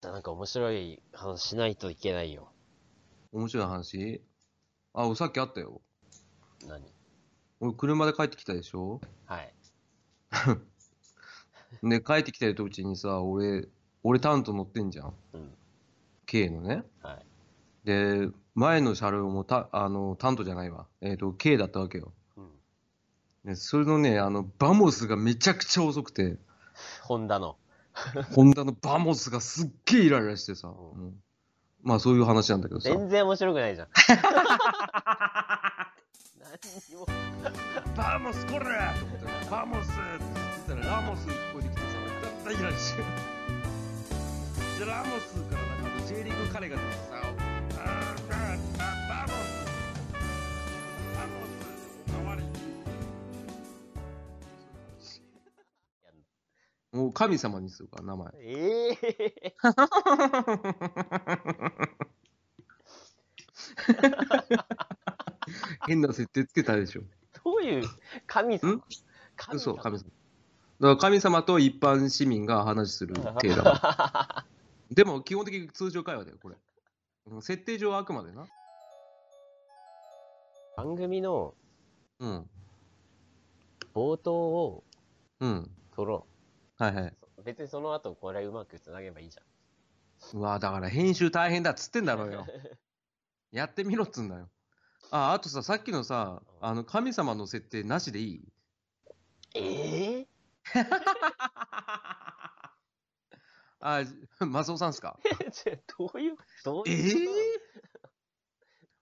なんか面白い話しないといけないよ。面白い話あ、俺さっきあったよ。何俺車で帰ってきたでしょはい。で、帰ってきてる途中にさ、俺、俺タント乗ってんじゃん。うん。 K のね。はい。で、前の車両もた、あの、タントじゃないわ。えっ、と、K だったわけよ。うん。で、それのね、あの、バモスがめちゃくちゃ遅く て、ホンダの。ホンダのバモスがすっげえイライラしてさ、ううんまあそういう話なんだけどさ。全然面白くない じゃん。何にも。バモスこれと思って、バモスって言ったらラモス聞こえてきてさ、絶対イライラして。で、ラモスからなんか J リーグ彼が出てさ、あーあーあーバモスバモス代わりもう神様にするから、名前。ええ変な設定つけたでしょ。どういう神様んそう、 神様。だから神様と一般市民が話する系だから。でも基本的に通常会話だよ、これ。うん設定上はあくまでな。番組のうん。冒頭をうん。撮ろはいはい。う。別にその後これうまくつなげばいいじうわだから編集大変だっつってんだゃろうん よ。。やってみろっつんだよ。あ、あとさ、さっきのさ、あの、神様の設定なしでいい ええあ、じマスオさんっす かじゃあどういう、どうえいうぇ、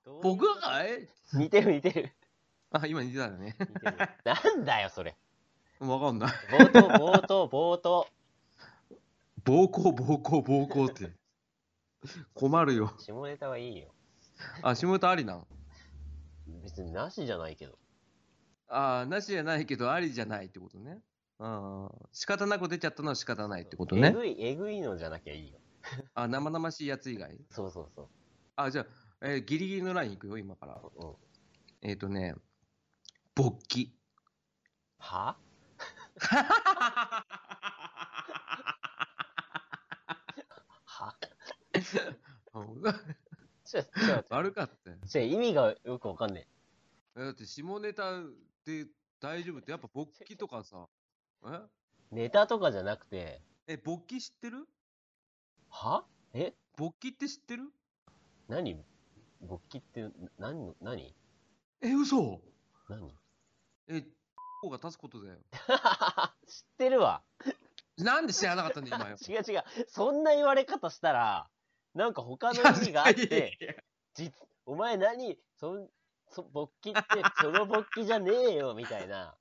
どういう僕はかい似てる似てる。あ、今似てたよね。似てるなんだよ、それ。わかんない。冒頭、冒頭、冒頭。暴行、暴行、暴行って。困るよ。下ネタはいいよ。あ、下ネタありなん別になしじゃないけど。ああ、なしじゃないけど、ありじゃないってことね。ああ、仕方なく出ちゃったのは仕方ないってことえね。ぐい、えぐいのじゃなきゃいいよ。あ、生々しいやつ以外。そうそうそあ、じゃあ、えーギリギリのラインいくよ、今から。う。うん、えっ、とね、勃起。は はちょ、ちょ、 悪かったよ。ちょ、意味がよくわかんねえだって下ネタで大丈夫って、やっぱ勃起とかさ、ええ。ネタとかじゃなくて、え、勃起知ってるはえ勃起って知ってる何勃起って、な何の、何え、嘘何 知え、 こが立つことだよ。ってるわ。なんで知らなかったんだよ、今 よ。違う違う。そんな言われ方したら、なんか他の意味があっいやいやて、いやい実、お前何そん、そ、勃起って、その勃起じゃねえよ、みたい な。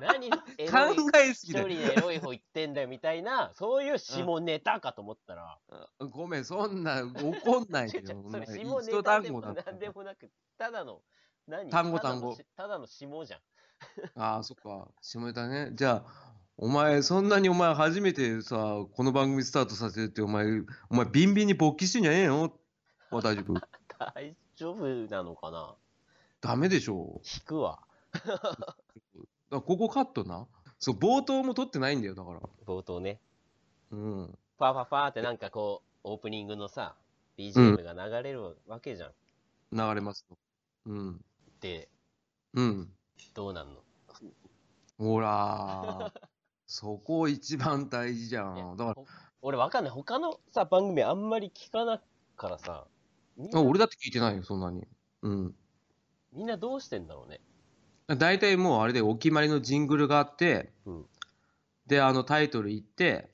何エやロ考い、えす一ぎだ人よ。でエロい方言ってんだよ、みたいな、そういう下ネタかと思ったら、ごめん、そんな怒んないちでょちよ。ょおそ前れ下ネタ一単で語もだった何でもなく、ただの、何単語単語。ただのしただの下じゃん。ああ、そっか。下ネタね。じゃあ、お前、そんなにお前初めてさ、この番組スタートさせるって、お前、お前、ビンビンに勃起してんじゃねえよ。は大丈夫。 大丈夫なのかなダメでしょ引くわ。う。だからここカットな。そう、冒頭も撮ってないんだよ、だから。冒頭ね。うん。ファーファーファーってなんかこう、オープニングのさ、BGM が流れるわけじゃん。流れますよ。うん。で、うん。どうなんの ほらー。そこ一番大事じゃいやん。だかほ俺わかんない。他のさ、番組あんまり聞かないからさ、みんら、あな俺だって聞いてないよ、そんなに。うん。みんなどうしてんだろうね。大体もうあれでお決まりのジングルがあって、うんで、あのタイトル言って、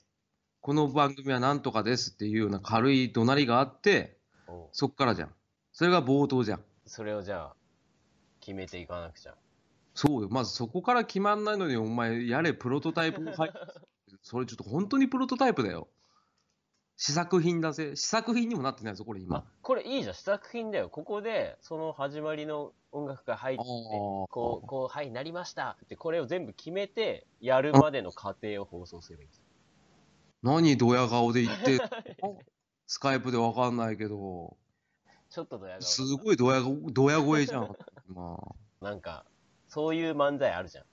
この番組はなんとかですっていうような軽い怒鳴りがあって、おうそっからじゃん。それが冒頭じゃん。それをじゃあ、決めていかなくちゃ。そうよ。まずそこから決まんないのに、お前、やれ、プロトタイプを配 それちょっと本当にプロトタイプだよ。試作品だぜ。試作品にもなってないぞ、これあ今。、これいいじゃん。試作品だよ。ここで、その始まりの音楽が入って、あーこう、こう、はい、なりましたって、これを全部決めて、やるまでの過程を放送すればいいんですよ何、ドヤ顔で 言って、あスカイプでわかんないけど、ちょっとドヤ顔。すごいドヤ顔、ドヤ声じ ゃん。今なんか、そういう漫才あるじゃん。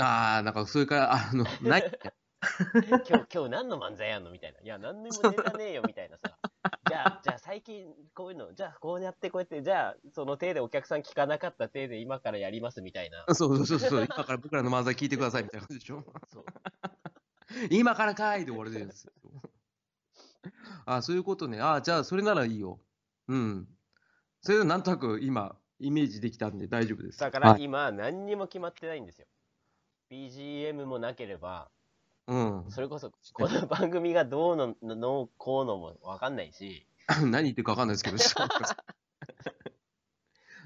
ああ、なんか、それから、あの、ない。 今日、今日何の漫才やんのみたいな。いや、何でもネタねえよ、みたいな さ。じゃあ、じゃあ最近こういうの、じゃあこうやってこうやって、じゃあその手でお客さん聞かなかった手で今からやります、みたいな。そうそうそうそう、今から僕らの漫才聞いてくださいみたいな感じでしょ。そう。 今からかいで終わるですよ。あ、そういうことね。あ、じゃあそれならいいよ。うん。それでなんとなく今、イメージできたんで大丈夫です。だからはい、今、何にも決まってないんですよ。BGM もなければ、うん。それこそ、この番組がどうの、のの、こうのもわかんないし、 何言ってるかわかんないですけど、 ちょっと待ってください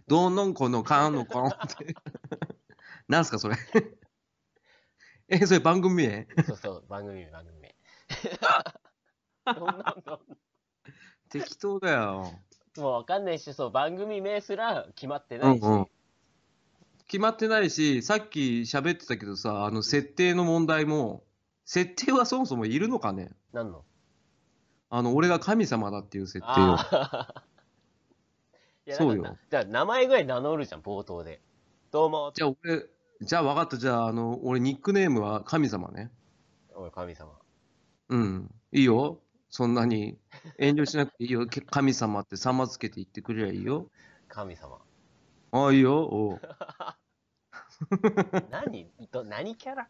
どんのんこのかんのこんって。 なんすか、それ。 え、それ番組名そうそう、番組名、番組名。 どんなんどん適当だよ。もうわかんないし、そう、番組名すら決まってないし、うんうん決まってないし、さっき喋ってたけどさ、あの、設定の問題も、設定はそもそもいるのかねなんのあの、俺が神様だっていう設定を。ああ。 いや、そそううよよ。じゃあ、名前ぐらい名乗るじゃん、冒頭で。どうも、じゃあ俺、じゃあ分かった。じゃあ、あの、俺ニックネームは神様ね。おい、神様。うん。いいよ。そんなに遠慮しなくていいよ。け神様って様つけて言ってくれりゃいいよ。神様。ああ、いいよ。おう何 ど何キャラ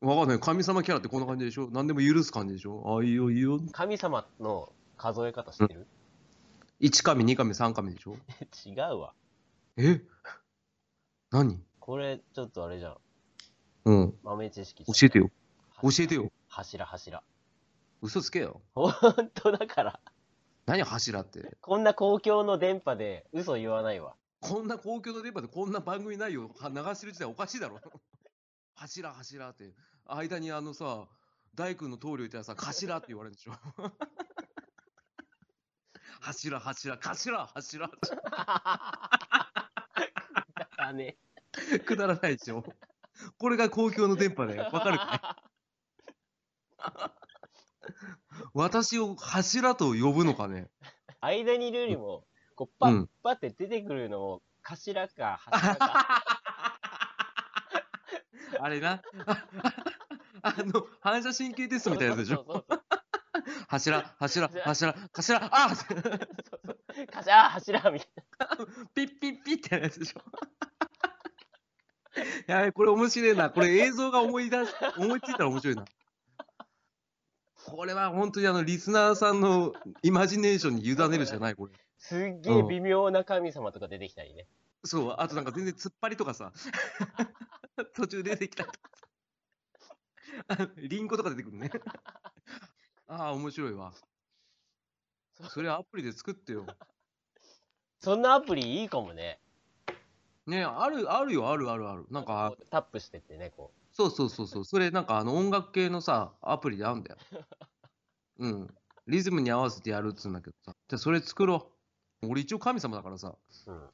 分かんない。神様キャラってこんな感じでしょ何でも許す感じでしょああ、いいよ、いいよ。神様の数え方知ってる、 1神、2神、3神でしょ違うわ。え何これ、ちょっとあれじゃん。うん。豆知識。教えてよ。教えてよ。柱。柱、柱。 嘘つけよ。ほんとだから。何柱って。こんな公共の電波で嘘言わないわ。 こんな公共の電波でこんな番組ないよ。は流してる時代おかしいだろ。 柱、柱って。間にあのさ、大工の棟梁いたらさ、頭って言われるんでしょ。 柱、柱、頭、柱っだね。てくだらないでしょ。これが公共の電波だよ。わかるか い私を柱と呼ぶのかね。 間にいるよりも、こう、パうッんパって出てくるのを、頭か柱か。あれな。 あの、反射神経テストみたいなやつでしょ。そうそうそう柱、柱、柱、頭、あーってそうそうそう。カシャー柱みたいピッピッピッってやつでしょ。 やべ、これ面白いな。これ映像が思い出し、思いついたら面白いな。これは本当にあの、リスナーさんのイマジネーションに委ねるしかない、これ。な。すっげえ微妙な神様とか出てきたりね。そう、あとなんか全然突っ張りとかさ、 途中出てきたりとかさ、 あリンゴとか出てくるね。 ああ、面白いわ。それアプリで作ってよ。そんなアプリいいかもね。ねある、あるよ、あるあるある。なんかこ、うタップしてってね、こそうそうそうそう、それなんかあの音楽系のさ、アプリであるんだよ。うん。リズムに合わせてやるっつうんだけどさ。じゃあそれ作ろう。俺一応神様だからさ、う。うん。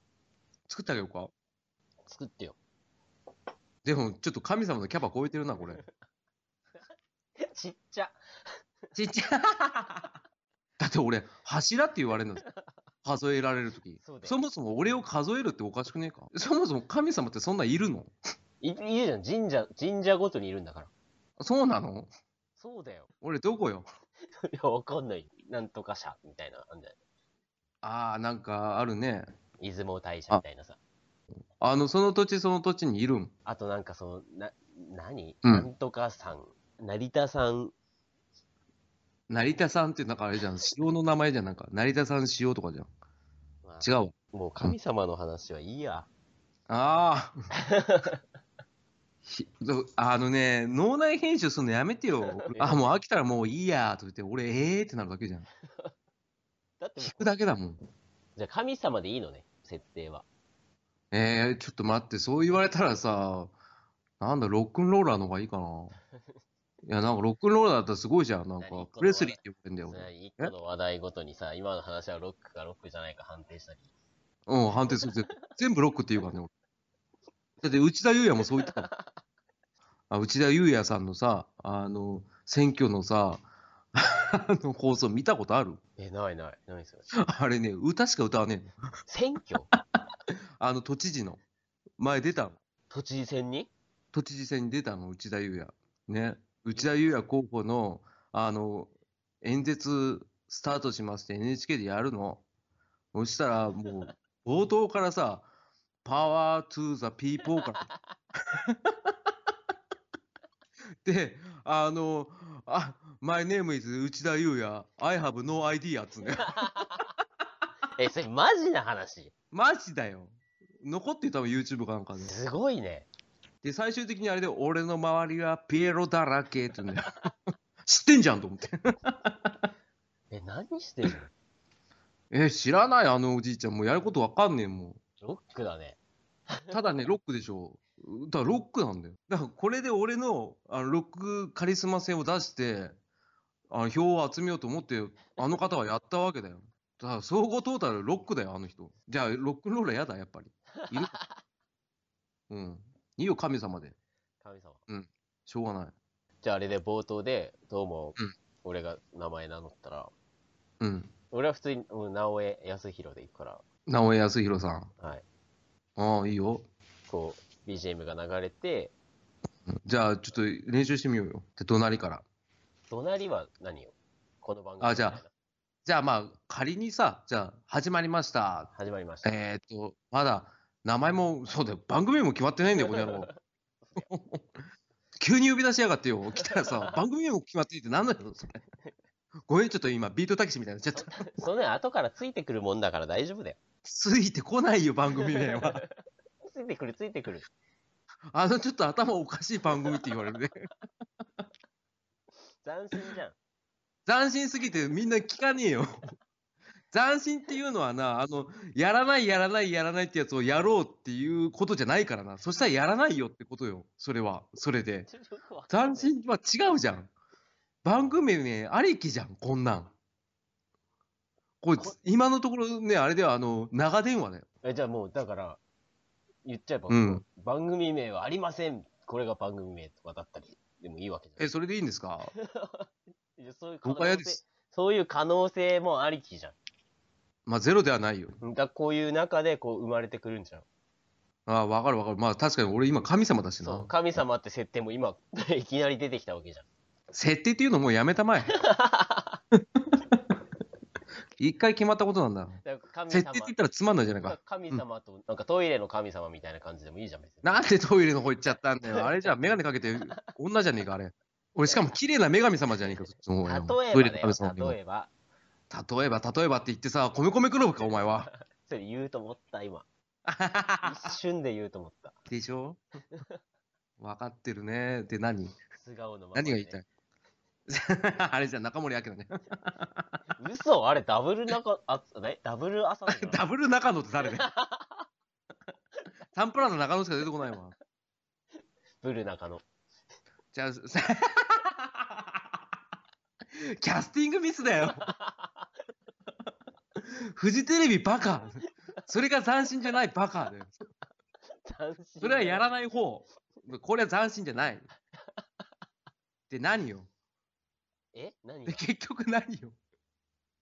作ってあげようか。作って よ。でもちょっと神様のキャパ超えてるな、これ。ちっちゃ。ちっちゃ だって俺、柱って言われるの。数えられるとき。そうだよそもそも俺を数えるっておかしくねえかそもそも神様ってそんなんいるのいいるじゃん。神社、神社ごとにいるんだから。そうなのそうだよ。 俺どこよいや、わかんない。なんとか社みたいな、あんじゃないああ、なんかあるね。出雲大社みたいなさ。あの、その土地その土地にいるん。あとなんかその、な、何、うんなんとかさん、成田さん、成田さんってなんかあれじゃん。塩の名前じゃん。なんか、成田さん塩とかじまあゃん。違うわ。もう神様の話はいいや。ああ。ひどあのね、脳内編集するのやめてよ。あ、もう飽きたらもういいやと言って、俺、ええーってなるだけじゃん。だってもう聞くだけだもん。じゃあ神様でいいのね、設定は。えー、ちょっと待って、そう言われたらさ、なんだ、ロックンローラーの方がいいかな。いや、なんかロックンローラーだったらすごいじゃん。なんか何、プレスリーって呼ぶんだよ。それは俺一個の話題ごとにさ、今の話はロックかロックじゃないか判定したり。うん、判定する。全部全部ロックって言うからね、俺。だって、内田裕也もそう言ってたもん。あ内田裕也さんのさ、あの、選挙のさ、あの放送見たことある え、ないない。ないですよ。あれね、歌しか歌わねえの 選挙あの、都知事の。前出たの。都知事選に都知事選に出たの、内田裕也。ね。内田裕也候補の、あの、演説スタートしますって NHK でやるの。そしたら、もう、冒頭からさ、パワートゥーザピーポーから。で、あの、あ、my name is 内田裕也。I have no idea っつうんだよ。え、それマジな話。マジだよ。残ってたもん YouTube かなんかで。すごいね。で、最終的にあれで、俺の周りはピエロだらけって言うんだよ。 知ってんじゃんと思って。え、何してるのえ、知らないあのおじいちゃん。もうやることわかんねえもん。ロックだね。ただね、ロックでしょ。だからロックなんだよ。だからこれで俺のあのロックカリスマ性を出して、あの票を集めようと思って、あの方はやったわけだよ。だから総合トータルロックだよ、あの人。じゃあロックンローラーやだ、やっぱり。いる うん。いいよ、神様で。神様。しょうがない。じゃああれで冒頭で、どうもうん、俺が名前名乗ったら、うん。俺は普通に、うん、直江康弘で行くか直江康弘さん。ら、はい。ああ、いいよ。こう、BGM が流れて、じゃあ、ちょっと練習してみようよ。で、隣から。隣は何よこの番組。あじゃあ。じゃあ、まあ、仮にさ、じゃあ、始まりました。始まりました。えーっと、まだ、名前も、そうだよ、番組名も決まってないんだよ、この野郎。 急に呼び出しやがってよ。来たらさ、番組名も決まっていてなんだよ、それ。ごめん、ちょっと今、ビートたけしみたいになっちゃった。そんなの後からついてくるもんだから大丈夫だよ。ついてこないよ、番組名は。 ついてくる、ついてくる。あの、ちょっと頭おかしい番組って言われるね。斬新じゃん。斬新すぎてみんな聞かねえよ。 斬新っていうのはな、あの、やらない、やらない、やらないってやつをやろうっていうことじゃないからな。そしたらやらないよってことよ。それは。それで。ちょっ とよくわかんない斬新は違うじゃん。番組名ありきじゃん、こんなん。これこ、今のところね、あれではあの、長電話だよ。え、じゃあもう、だから、言っちゃえば、うん番組名はありません。これが番組名とかだったり、でもいいわけじゃえ、それでいいんで すかん。いやそういう可僕は嫌能で性す。、そういう可能性もありきじゃん。まあ、ゼロではないよ。だからこういう中で、こう、生まれてくるんじゃん。ああ、わかるわかる。まあ、確かに俺今神様だしそなう、。神様って設定も今、 いきなり出てきたわけじゃん。設定っていうのもうやめた まえ。一回決まったことなんだ。だから神設定様って言ったらつまんないじゃないか。神様と、なんかトイレの神様みたいな感じでもいいじゃん、別に。なんでトイレの方行っちゃったんだよ。あれじゃあ、メガネかけて女じゃねえか、あれ。俺、しかも綺麗な女神様じゃねえか、そっちの方が例えトばイレのだ神様よ、例えば。例えば、例えばって言ってさ、米米クラブか、お前は。それ言うと思った、今。 一瞬で言うと思った。でしょ分かってるね。で、何素顔のまま、何が言いたい あれじゃん中森明菜ね。嘘あれ、ダブル中、あ、ね、ダブル朝のダブル中野って誰 だよ。サンプラザ中野しか出てこないわ。ブル中の。じゃあ、 さキャスティングミスだよ。 フジテレビバカ。それが斬新じゃないバカだよ。斬新それはやらない方。これは斬新じゃない。で、何よ。え何がで、結局何よ。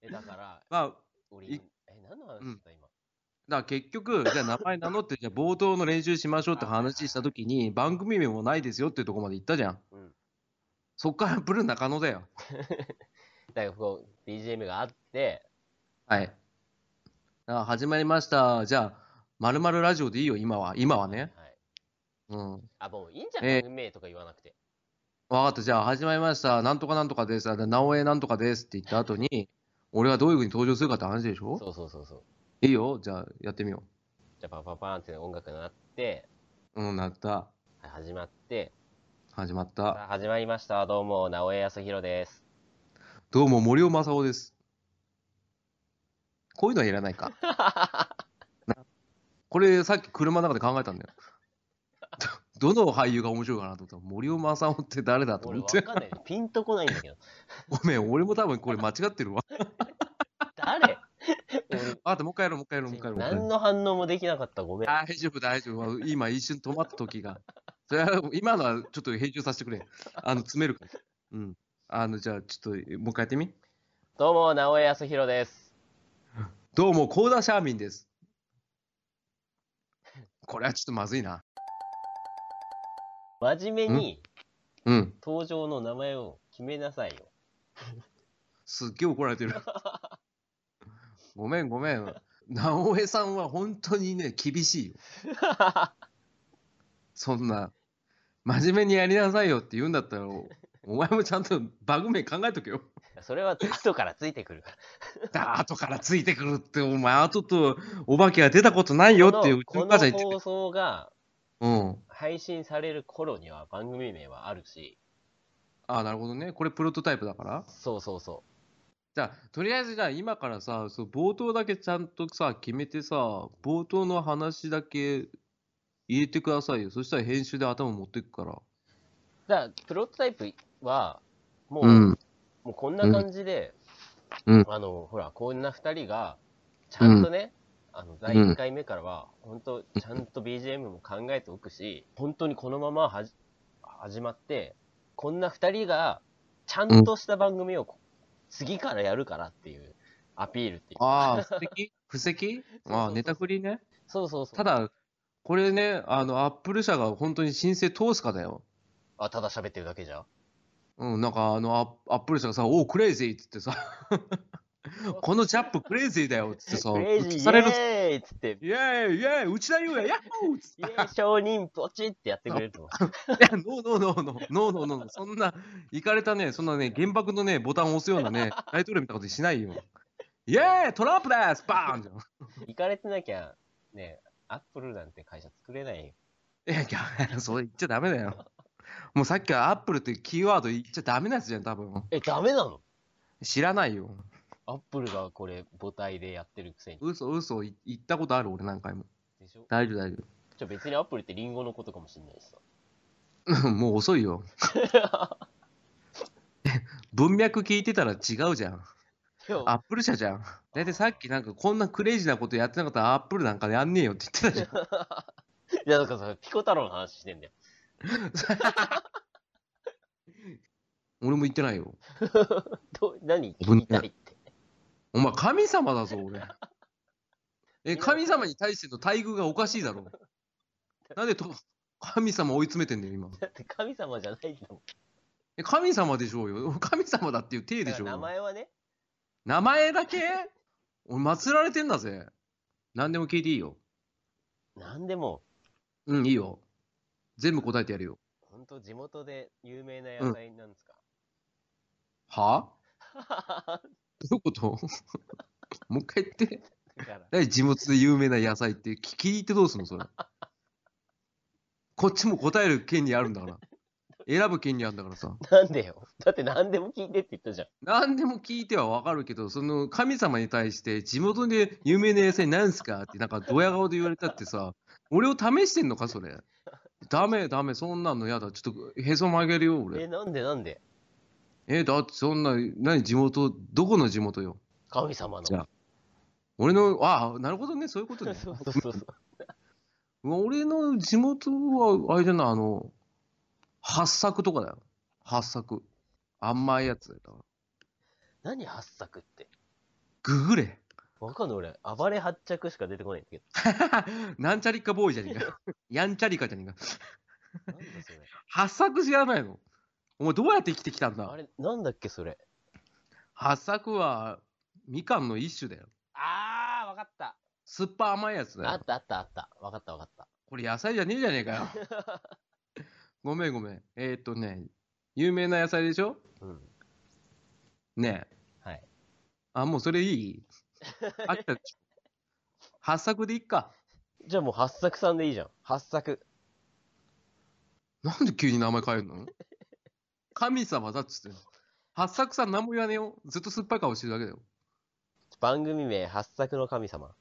え、だから、まあ、だか俺い、え、何の話した、今。ら結局、じゃあ名前名乗って、じゃあ冒頭の練習しましょうって話したときに、番組名もないですよっていうところまで行ったじゃん。うんそっからブルー中野だよ。だから、こう、BGM があって、はい。あ始まりました。じゃあ、まるまるラジオでいいよ、今は。今はね。はい。うん。あ、もういいんじゃん、えー運命とか言わなくて。わかった。じゃあ、始まりました。なんとかなんとかです。あで直江なんとかですって言った後に、俺がどういう風に登場するかって話でしょそうそうそうそう。いいよ。じゃあ、やってみよじゃあ、パンパンパンって音楽になって、う。うん、なった。はい始まって、始まっさた。あ始まりました。どうも、直江康弘です。どうも、森尾正夫です。こういうのはいらない か。なこれ、さっき車の中で考えたんだよ。どどの俳優が面白いかなと思ったら、森尾正夫って誰だと俺、思っわて。かんない。ピンとこないんだけど。ごめん、俺も多分これ間違ってるわ。 誰あともう一回やろう、もう一回やろう、もう一回やろうもう一回やろ何う。の反応もできなかった。ごめん。大丈夫、大丈夫。今一瞬止まった時が。それは、今のはちょっと編集させてくれ。あの、詰めるから。うん。あの、じゃあ、ちょっと、もう一回やってみ。どうも、直江康弘です。どうも、コーダシャーミンです。これはちょっとまずいな。真面目に、うん。登場の名前を決めなさいよ。すっげえ怒られ てる。ごめんごめん。直江さんは本当にね、厳しいよ。そんな、真面目にやりなさいよって言うんだったら、お前もちゃんとバグ名考えとけよ。それは後からついてくるかだ後からついてくるって、お前後とお化けは出たことない よら。っていう、うちこのの母こちゃのん言って放送がたうん。配信される頃には番組名はあるし、ああ、なるほどね。これプロトタイプだから。そうそうそじゃあ、とりあえずじゃあ今からさ、そう冒頭だけちゃんとさ、決めてさ、冒頭の話だけ入れてくださいよ。そしたら編集で頭持ってくから。う。だから、プロトタイプは、もう、うん。もうこんな感じで、うんあの、ほら、こんな二人が、ちゃんとね、あの、第1回目からは、本当ちゃんと BGM も考えておくし、本当にこのままはじ、始まって、こんな二人が、ちゃんとした番組を、次からやるからっていう、アピールっていう。ああ、布 石布石そうそうああ、ネタ振りね。そうそうそう。た、だ、これね、あの、アップル社が本当に申請通すかだよ。あ、ただ喋ってるだけじゃん。うん、なんかあの、アッアップル社がさ、おう、クレイジーっつっ てさ、このジャップクレイジーだよっつってさ、クレイジー映される。イエーイっつって、イェーイイェーイうちだよやっほーっつってイエーイ承認ポチってやってくれ ると思う。いや、ノーノーノーノー、ノーノーノーノー、そんな、いかれたね、そんなね、原爆のね、ボタンを押すようなね、大統領みたいなことしないよ。イェーイトランプですバーンじゃん。行かれてなきゃ、ね、アップルなんて会社作れないよ。いやいや、それ言っちゃダメだよ。もうさっきからアップルってキーワード言っちゃダメなやつじゃん、多分。え、ダメなの知らないよ。アップルがこれ母体でやってるくせに。嘘嘘言言ったことある、俺何回も。でしょ大丈夫大丈じゃあ別にアップルってリンゴのことかもしんないしさ。夫。 もう遅いよ。文脈聞いてたら違うじゃん。でもアップル社じゃん。だいたいさっきなんかこんなクレイジーなことやってなかったらアップルなんかやんねえよって言ってたじゃん。いやだからさ、ピコ太郎の話してんだよ。俺も言ってないよ。ど何危聞ねきたいって。お前、神様だぞ、俺。え、神様に対しての待遇がおかしいだろ。なんでと、神様追い詰めてんだよ、今。だって神様じゃないんだもん。え、神様でしょうよ。神様だっていう体でだしかょうら名よ。前はね、名前だけ俺、祀られてんだぜ。何でも聞いていいよ。なんでも、うん、いいよ。全部答えてやるよ。ほんと地元で有名な野菜なんですか、 はどういうこと もう一回言って。だから、何地元で有名な野菜って聞聞いてどうすんのそれ。こっちも答える権利あるんだから。選ぶ権利あるんだからさ。なんでよ。だって何でも聞いてって言ったじゃん。何でも聞いてはわかるけど、その神様に対して地元で有名な野菜なんすかってなんかドヤ顔で言われたってさ、俺を試してんのかそれ。ダメダメ、そんなのやだ。ちょっとへそ曲げるよえ、俺。なんでなんでえ、だってそんな、何地元、どこの地元よ。神様の。じゃあ俺の、ああ、なるほどね、そういうことね。そうそうそうそう。うわ俺の地元は、あれじゃない、あの、八作とかだよ。八作。甘いやつだよ。何八作って。ググれ。 わかんない俺、暴れ八着しか出てこないんだけど。なんちゃりかボーイじゃね えか。やんちゃりかじゃねえか。なんだそれ。八作知らないのお前どうやって生きてきたんあだれ、なんだっけそれ。八作は、みかんの一種だよ。あー、わかった。酸っぱ甘いやつだあよっ。たあったあった。わかったわかった。これ野菜じゃねえじゃねえかよ。 ごめんごめん。えー、っとね、有名な野菜でしょうん。ねえ。はい。あ、もうそれい い飽きたでしょ八作でいっか。じゃあもう八作さんでいいじゃん。八作。なんで急に名前変え るの神様だっつってんの。八作さん何も言わねえよ。ずっと酸っぱい顔してるだけだよ。番組名、八作の神様。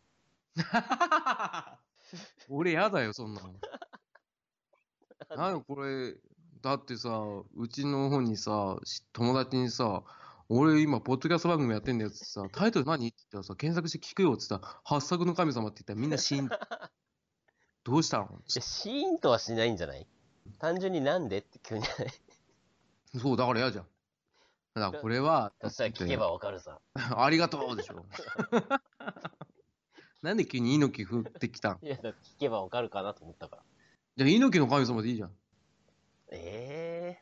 俺やだよ、そんなの。なんかこれ、だってさ、うちの方にさ、し友達にさ、俺今、ポッドキャスト番組やってんだよっつってさ、タイトル何って言ったらさ、検索して聞くよっつったら、八作の神様って言ったらみんな死んだ。 どうしたのえ、シーンとはしないんじゃない単純になんでって急に。そう、だから嫌じゃん。だからこれは、そしたら聞けばわかるさ。ありがとうでし ょ。なんで急に猪木振ってきたんいや、だって聞けばわかるかなと思ったから。じゃあ猪木の神様でいいじゃん。え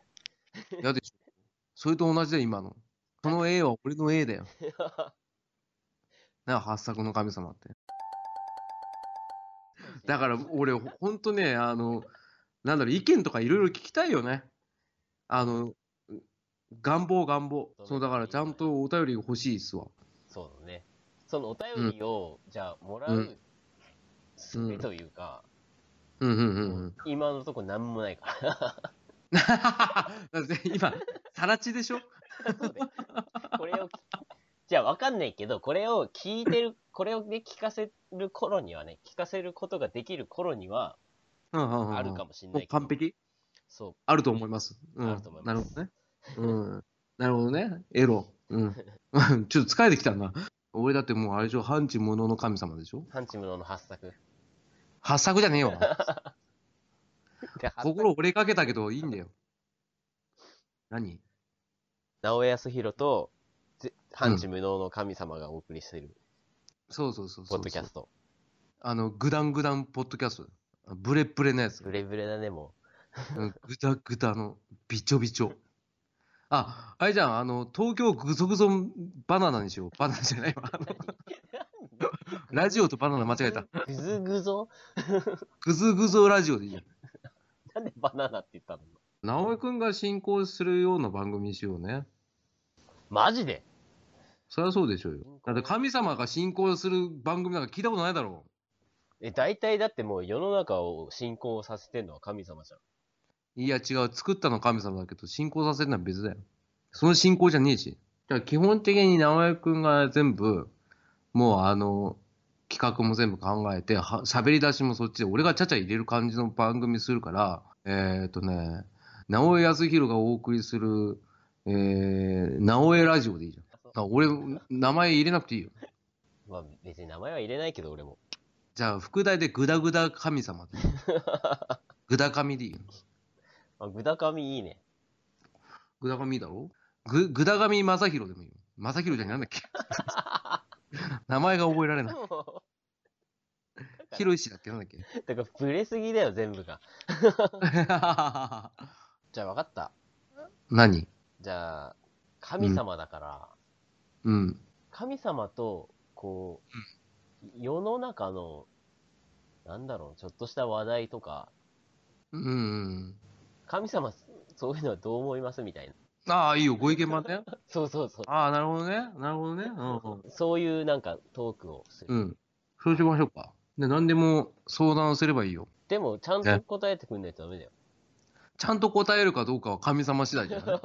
嫌でしょ。それと同じだよ、今の。この A は俺の A だ よ。な、発作の神様って。だから俺、ほんとね、あの、なんだろう、意見とかいろいろ聞きたいよね。あの、願望、願望。そう、だからちゃんとお便り欲しいっすわ。そうだね。そのお便りを、じゃあ、もらう術というか、うんうんうんうん。今のとこなんもないから。 だって今、さらちでしょそうねこれを聞、じゃあわかんないけど、これを聞いてる、これをね、聞かせる頃にはね、聞かせることができる頃には、うんうんうんうん。あるかもしんもなういけど。完璧そあると思います。うん。あると思いますなるほどね。うん。なるほどね。エロ。 うん。ちょっと疲れてきたな。俺だってもうあれでしょ、ハンチものの神様でしょう。ハンチムロの発作。発作じゃねえ よ。で、発作。心折れかけたけどいいんだよ。何直江康弘と、ぜハンチムロの神様がお送りしている、そうそうそうそうそポう。ッドキャスト。あの、グダングダンポッドキャスト。ブレッブレなやつ。ブレブレだね、もうんぐだぐだの、びちょびちょ。あ、あれじゃん、あの、東京ぐぞぐぞバナナにしよう。バナナじゃないわ。あの ラジオとバナナ間違う。えた。。ぐずぐぞぐずぐぞラジオでいいじゃん。なんでバナナって言ったの直江くんが進行するような番組にしようね。マジでそりゃそうでしょうよ。だって神様が進行する番組なんか聞いたことないだろえ、大体だってもう世の中を信仰させてんのは神様じゃん。う。いや違う、作ったの神様だけど、進行させるのは別だよ。その進行じゃねえし。だから基本的に直江くんが全部、もうあの、企画も全部考えて、は喋り出しもそっちで、俺がちゃちゃ入れる感じの番組するから、えっ、ー、とね、直江康弘がお送りする、えー、直江ラジオでいいじゃん。だから俺、名前入れなくていいよ。まあ別に名前は入れないけど俺も。じゃあ、副題でグダグダ神様で。グダ神でいいよ。あ、ぐだかみいいね。グダ神いいだろぐ、グダ神正宏でもいいよ。正宏じゃなんだっけ名前が覚えられな い。もヒロシだっけなんだっけうだからブレすぎだよ、全部が。じゃあ分かった。 何じゃあ、神様だから、うん。神様と、こう、世の中の、なんだろう、ちょっとした話題とか、うんうん。神様、そういうのはどう思いますみたいな。ああ、いいよ。ご意見番だよ。そうそうそう。ああ、なるほどね。なるほどね。うんそういうなんかトークをする。うん。うん。そうしましょうか。で、何でも相談すればいいよ。でも、ちゃんと答えてくんないとダメだよ。ちゃんと答えるかどうかは神様次第じゃない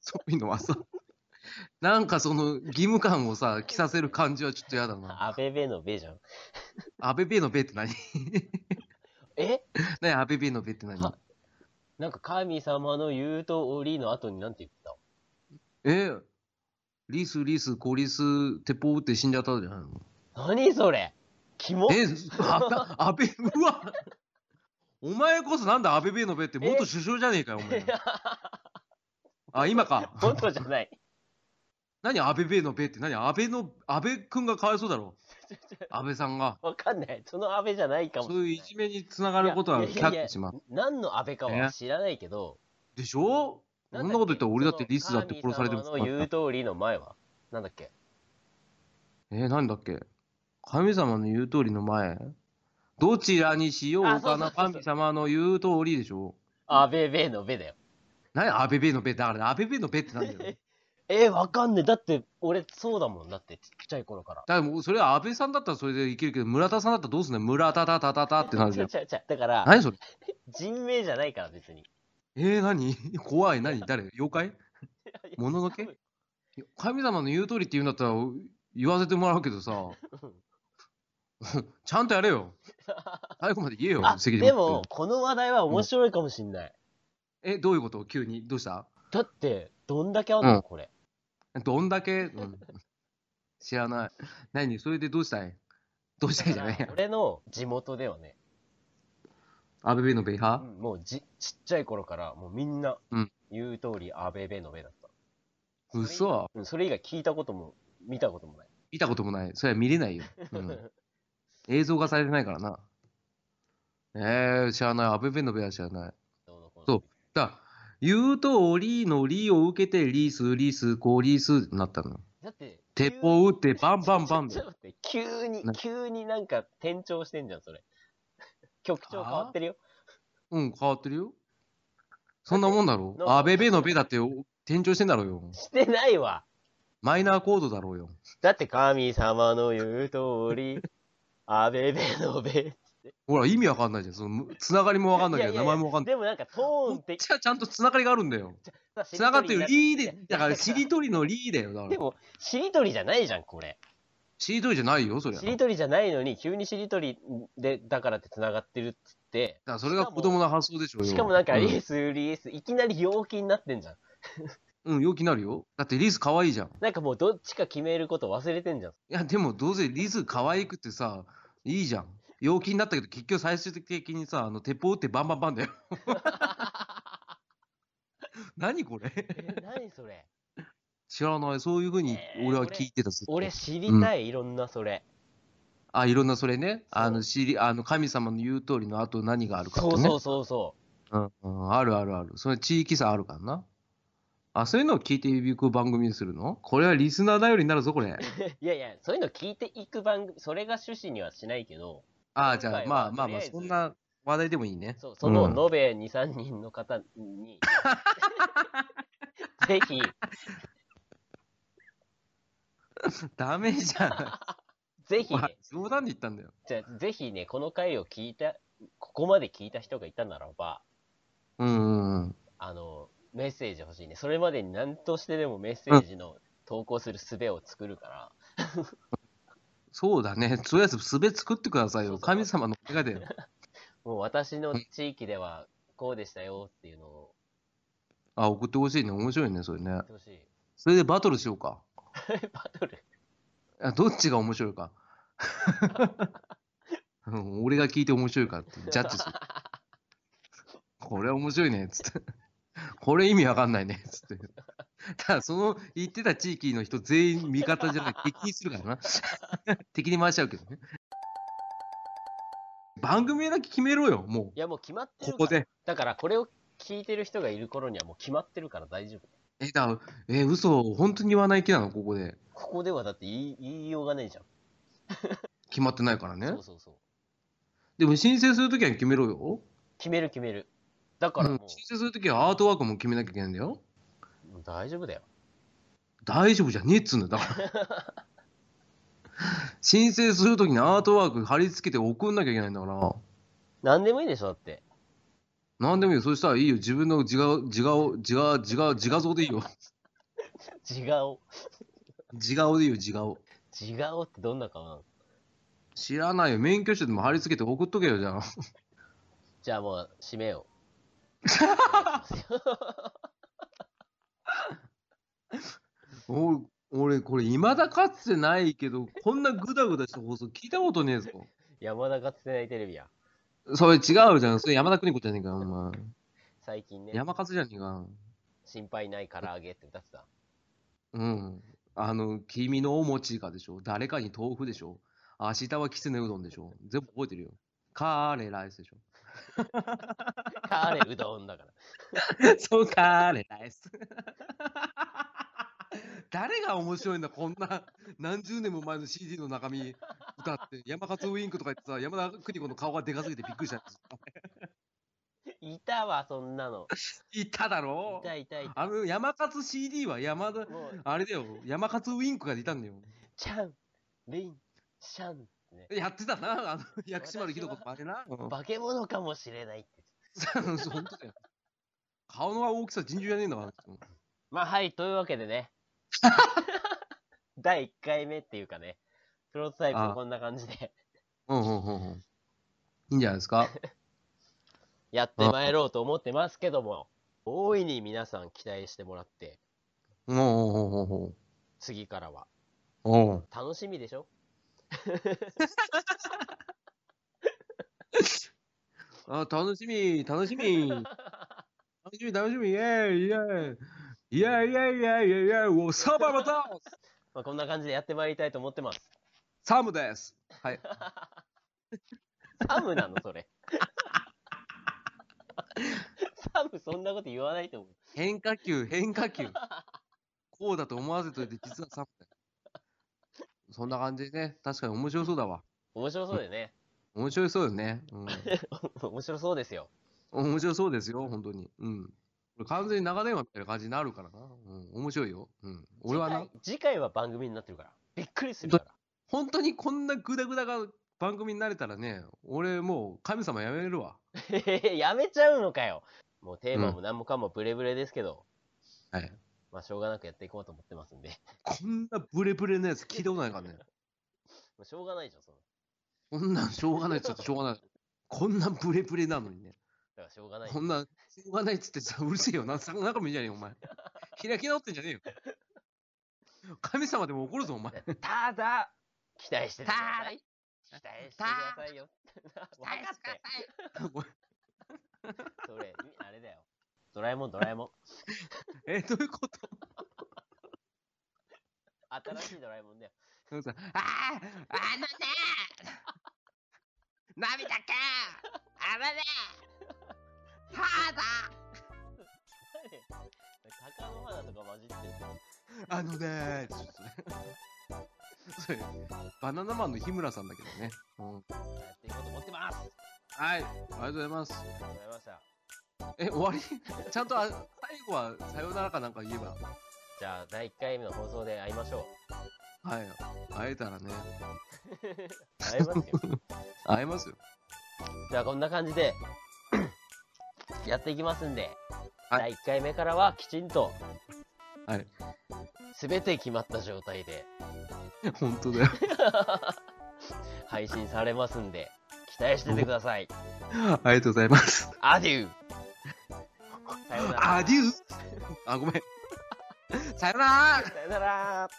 そういうのはさ、なんかその義務感をさ、着させる感じはちょっと嫌だな。アベベのベじゃん。アベベのベって何えねアベベのベって何はなんか神様の言うとおりの後になんて言ったえリース、リース、コリス、鉄砲撃って死んじゃったじゃないの何それキモ え、あアベ、うわお前こそなんだアベベのベって元首相じゃねえかよ、お前。あ、今か。元じゃない。何アベベのベって何安倍の、安倍くんがかわいそうだろ。安倍さんが。わかんない。その安倍じゃないかもしそれなうい。いういじめにつながることは却下します。何の安倍かは知らないけど、でしょそんなこと言ったら俺だってリスだって殺されてるるその神様の言う通りの前は、なんだっけえー、なんだっけ神様の言う通りの前どちらにしようかなあそうそうそうそ神う様の言う通りでしょ安倍べのべだよ。何アベベのべだからアベベのべってな んだよ。えー、わかんねえ。だって、俺、そうだもん。だって、ちっちゃい頃から。だからもうそれは安倍さんだったらそれでいけるけど村田さんだったらどうすんの村田たたたたってなるちじゃゃん。ちゃちゃ。だから、何それ人名じゃないから、別に。えー、何 怖い何誰妖怪もののけ神様の言う通りって言うんだったら言わせてもらうけどさ、 ちゃんとやれ よ。最後まで言えよあ、、責任で持っても、この話題は面白いかもしんない。え、どういうこと急に。どうしただって、どんだけあんの、うん これ。どんだけ、うん、 知らない。何それでどうしたいどうしたいじゃないや。俺の地元ではね、アベベのベ派もうじちっちゃい頃から、もうみんなうん言う通り、アベベのべだった。嘘うんそれ以外聞いたことも、見たこともない。見たこともない。それは見れないよ。 うん、映像がされてないからな。えー、知らない。アベベのベは知らない。どうのこうのそうだ言うと、リーのリーを受けて、リース、リース、こうリースになったの。だって、鉄砲撃って、バンバンバンちょでっ。と待って、急にな、急になんか転調してんじゃん、 それ。曲調変わってるよ。うん、変わってるよ。そんなもんだろなん。かあべべのべだって、お転調してんだろうよ。してないわ。マイナーコードだろうよ。だって神様の言う通り、 あべべのべ。ほら、意味わかんないじゃん。その、つながりもわかんないけど、名前もわかんない。でもなんかトーンっ、こってちはちゃんとつながりがあるんだよ。つながってるリーで、だから、しりとりのリーだよ。だかでら、も、しりとりじゃないじゃん、これ。しりとりじゃないよ、そりゃ。しりとりじゃないのに、急にしりとりで、だからって繋がってるっつって、だからそれが子供の発想でしょうよ。しかもなんか、リうース、リース、いきなり陽気になってんじゃん。うん、陽気になるよ。だってリス可愛いじゃん。いなんかもうどっちか決めること忘れてんじゃん。や、でもどうせリス可愛くてさ、いいじゃん。陽気になったけど、結局最終的にさ、あの、鉄砲撃ってバンバンバ ンだよ。何これえ、何それ知らない。そういうふうにえー俺は聞いてた、ずっ と俺知りたい、いろんなそれ。あ、いろんなそれね。そうあの、知り、あの、神様の言う通りの後何があるかってそね。うそうそうそうん、うん、あるあるある。それ地域差あるからな。あ、そういうのを聞いていく番組にするのこれはリスナー頼りになるぞ、これ。う。いやいや、そういうの聞いていく番組、それが趣旨にはしないけど、ああ、じ今ゃあ、回はまあまあとりまあ、あえずそんな話題でもいいね。そうそのうん延べ2、3人の方 に、ぜひ、ダメじゃん。ぜひまあね、 冗談で言ったんだよ。じゃあぜひね、この回を聞いた、ここまで聞いた人がいたならば、うんうんうん。あの、メッセージ欲しいね。それまでに何としてでもメッセージの投稿する術を作るから、そうだね。とりあえず、すべ作ってくださいそうそよ。う神様のお願いだよ。もう私の地域ではこうでしたよっていうのをあ、送ってほしいね。面白いね、それね言っ。てほし い。それでバトルしようか。バトルあどっちが面白いか。 うん俺が聞いて面白いかってジャッジする。これは面白いね、つって。これ意味わかんないね、つって。ただ、その言ってた地域の人全員味方じゃない、敵にするからな。敵に回しちゃうけどね。番組だけ決めろよ、も いやもう決まっう。てるこから。こで。だからこれを聞いてる人がいる頃にはもう決まってるから大丈夫。え、だから、え、嘘、本当に言わない気なの、ここで。ここではだって言い言いようがねえじゃん。決まってないからねそう。そうそう。でも申請するときは決めろよ。決める決める。だからうもん申請するときはアートワークも決めなきゃいけないんだよ。う、もう大丈夫だよ。大丈夫じゃねえっつうんだよだから。 申請するときにアートワーク貼り付けて送んなきゃいけないんだから。何でもいいでしょ、だって。なんでもいいよ。そしたらいいよ。自分の自画、自画を、自画、自画、自画像でいい よ。自顔。自画でいいよ、自画を。自顔ってどんな顔なの知らないよ。免許証でも貼り付けて送っとけよ、じゃあ。じゃあもう、締めよう。お俺、これ、未だかつてないけど、こんなグダグダした放送聞いたことねえぞ。山田勝てないテレビや。それ違うじゃん。それ山田邦子じゃねえかよ、お前。最近ね、山勝じゃねえか。心配ない唐揚げって歌ってた。うん。あの、君のお餅がでしょ。誰かに豆腐でしょ。明日はきつねうどんでしょ。全部覚えてるよ。カーレライスでしょ。カーレうどんだから。 そう、カーレライス。 誰が面白いんだ、こんな何十年も前の CD の中身歌って、山勝ウインクとか言ってさ、山田邦子の顔がでかすぎてびっくりした。いたわ、そんなの。いただろいたいたいた。あの、山勝 CD は山田、もう、あれだよ、山勝ウインクがいたんだよ。ちゃん、りん、シャンってね。やってたな、あの、薬師丸ひろ子とあれな。うん化け物かもしれないって。 そうそう本当だよ。顔の大きさ尋常じゃねえんだから。まあはい、というわけでね。第1回目っていうかね。プロトタイプあこんな感じでうんうんうんうん。いいんじゃないですか。やってまいろうと思ってますけども、大いに皆さん期待してもらって、うんうんうんうんうん次からは。おう楽しみでしょあ楽しみ、楽しみ。楽しみ、楽しみ、イェイイェイ。イェイイェイイェイイェイイェイ。おサバまたまあこんな感じでやってまいりたいと思ってます。サムです。はい。サムなの、それ。サ多分そんなこと言わないと思う。変化球、変化球。こうだと思わせといて、実はサブだよ。そんな感じでね、確かに面白そうだわ。面白そうだよね。面白そうよね。うん。面白そうですよ。面白そうですよ、本当に。うん。これ完全に長電話みたいな感じになるからな。うん。面白いよ。うん。俺はな次、回次回は番組になってるから。びっくりするから。本当にこんなグダグダが番組になれたらね、俺もう神様やめるわ。 やめちゃうのかよ。もうテーマも何もかもブレブレですけど、はい。まあしょうがなくやっていこうと思ってますんで。こんなブレブレなやつ聞いたことないからね。もうしょうがないじゃん、その。こんなんしょうがないっつってしょうがない。こんなブレブレなのにね。だからしょうがない。こんな、しょうがないっつってさ、うるせえよ。なんさ、なんかもいいじゃねえよ、お前。開き直ってんじゃねえよ。神様でも怒るぞ、お 前。ただ、期待しててください。期待してくださいよ。 分かったよ。それ、あれだよ。ドラえもん、ドラえもん。え、どういうこと 新しいドラえもんだよ。なんかさ、あああ のね涙かあれね ただ 高尾花とか混じってるけどあのねちょっとね。 それ、バナナマンの日村さんだけどね。うん。やっていこうと思ってます。ありはい、ありがとうございます。がとうございました。え、終わり ちゃんとあ、最後はさよならかなんか言えば。じゃあ、第1回目の放送で会いましょはい。会えたらね、う。会え ますよ。会えますよ。 じゃあ、こんな感じで、 やっていきますんで、は第1回目からはきちんと、はい。すべて決まった状態で本当だよ。 配信されますんで、期待しててください。ありがとうございます。アデ ューさようなら。 アデューあ、ごめん。さよならさよなら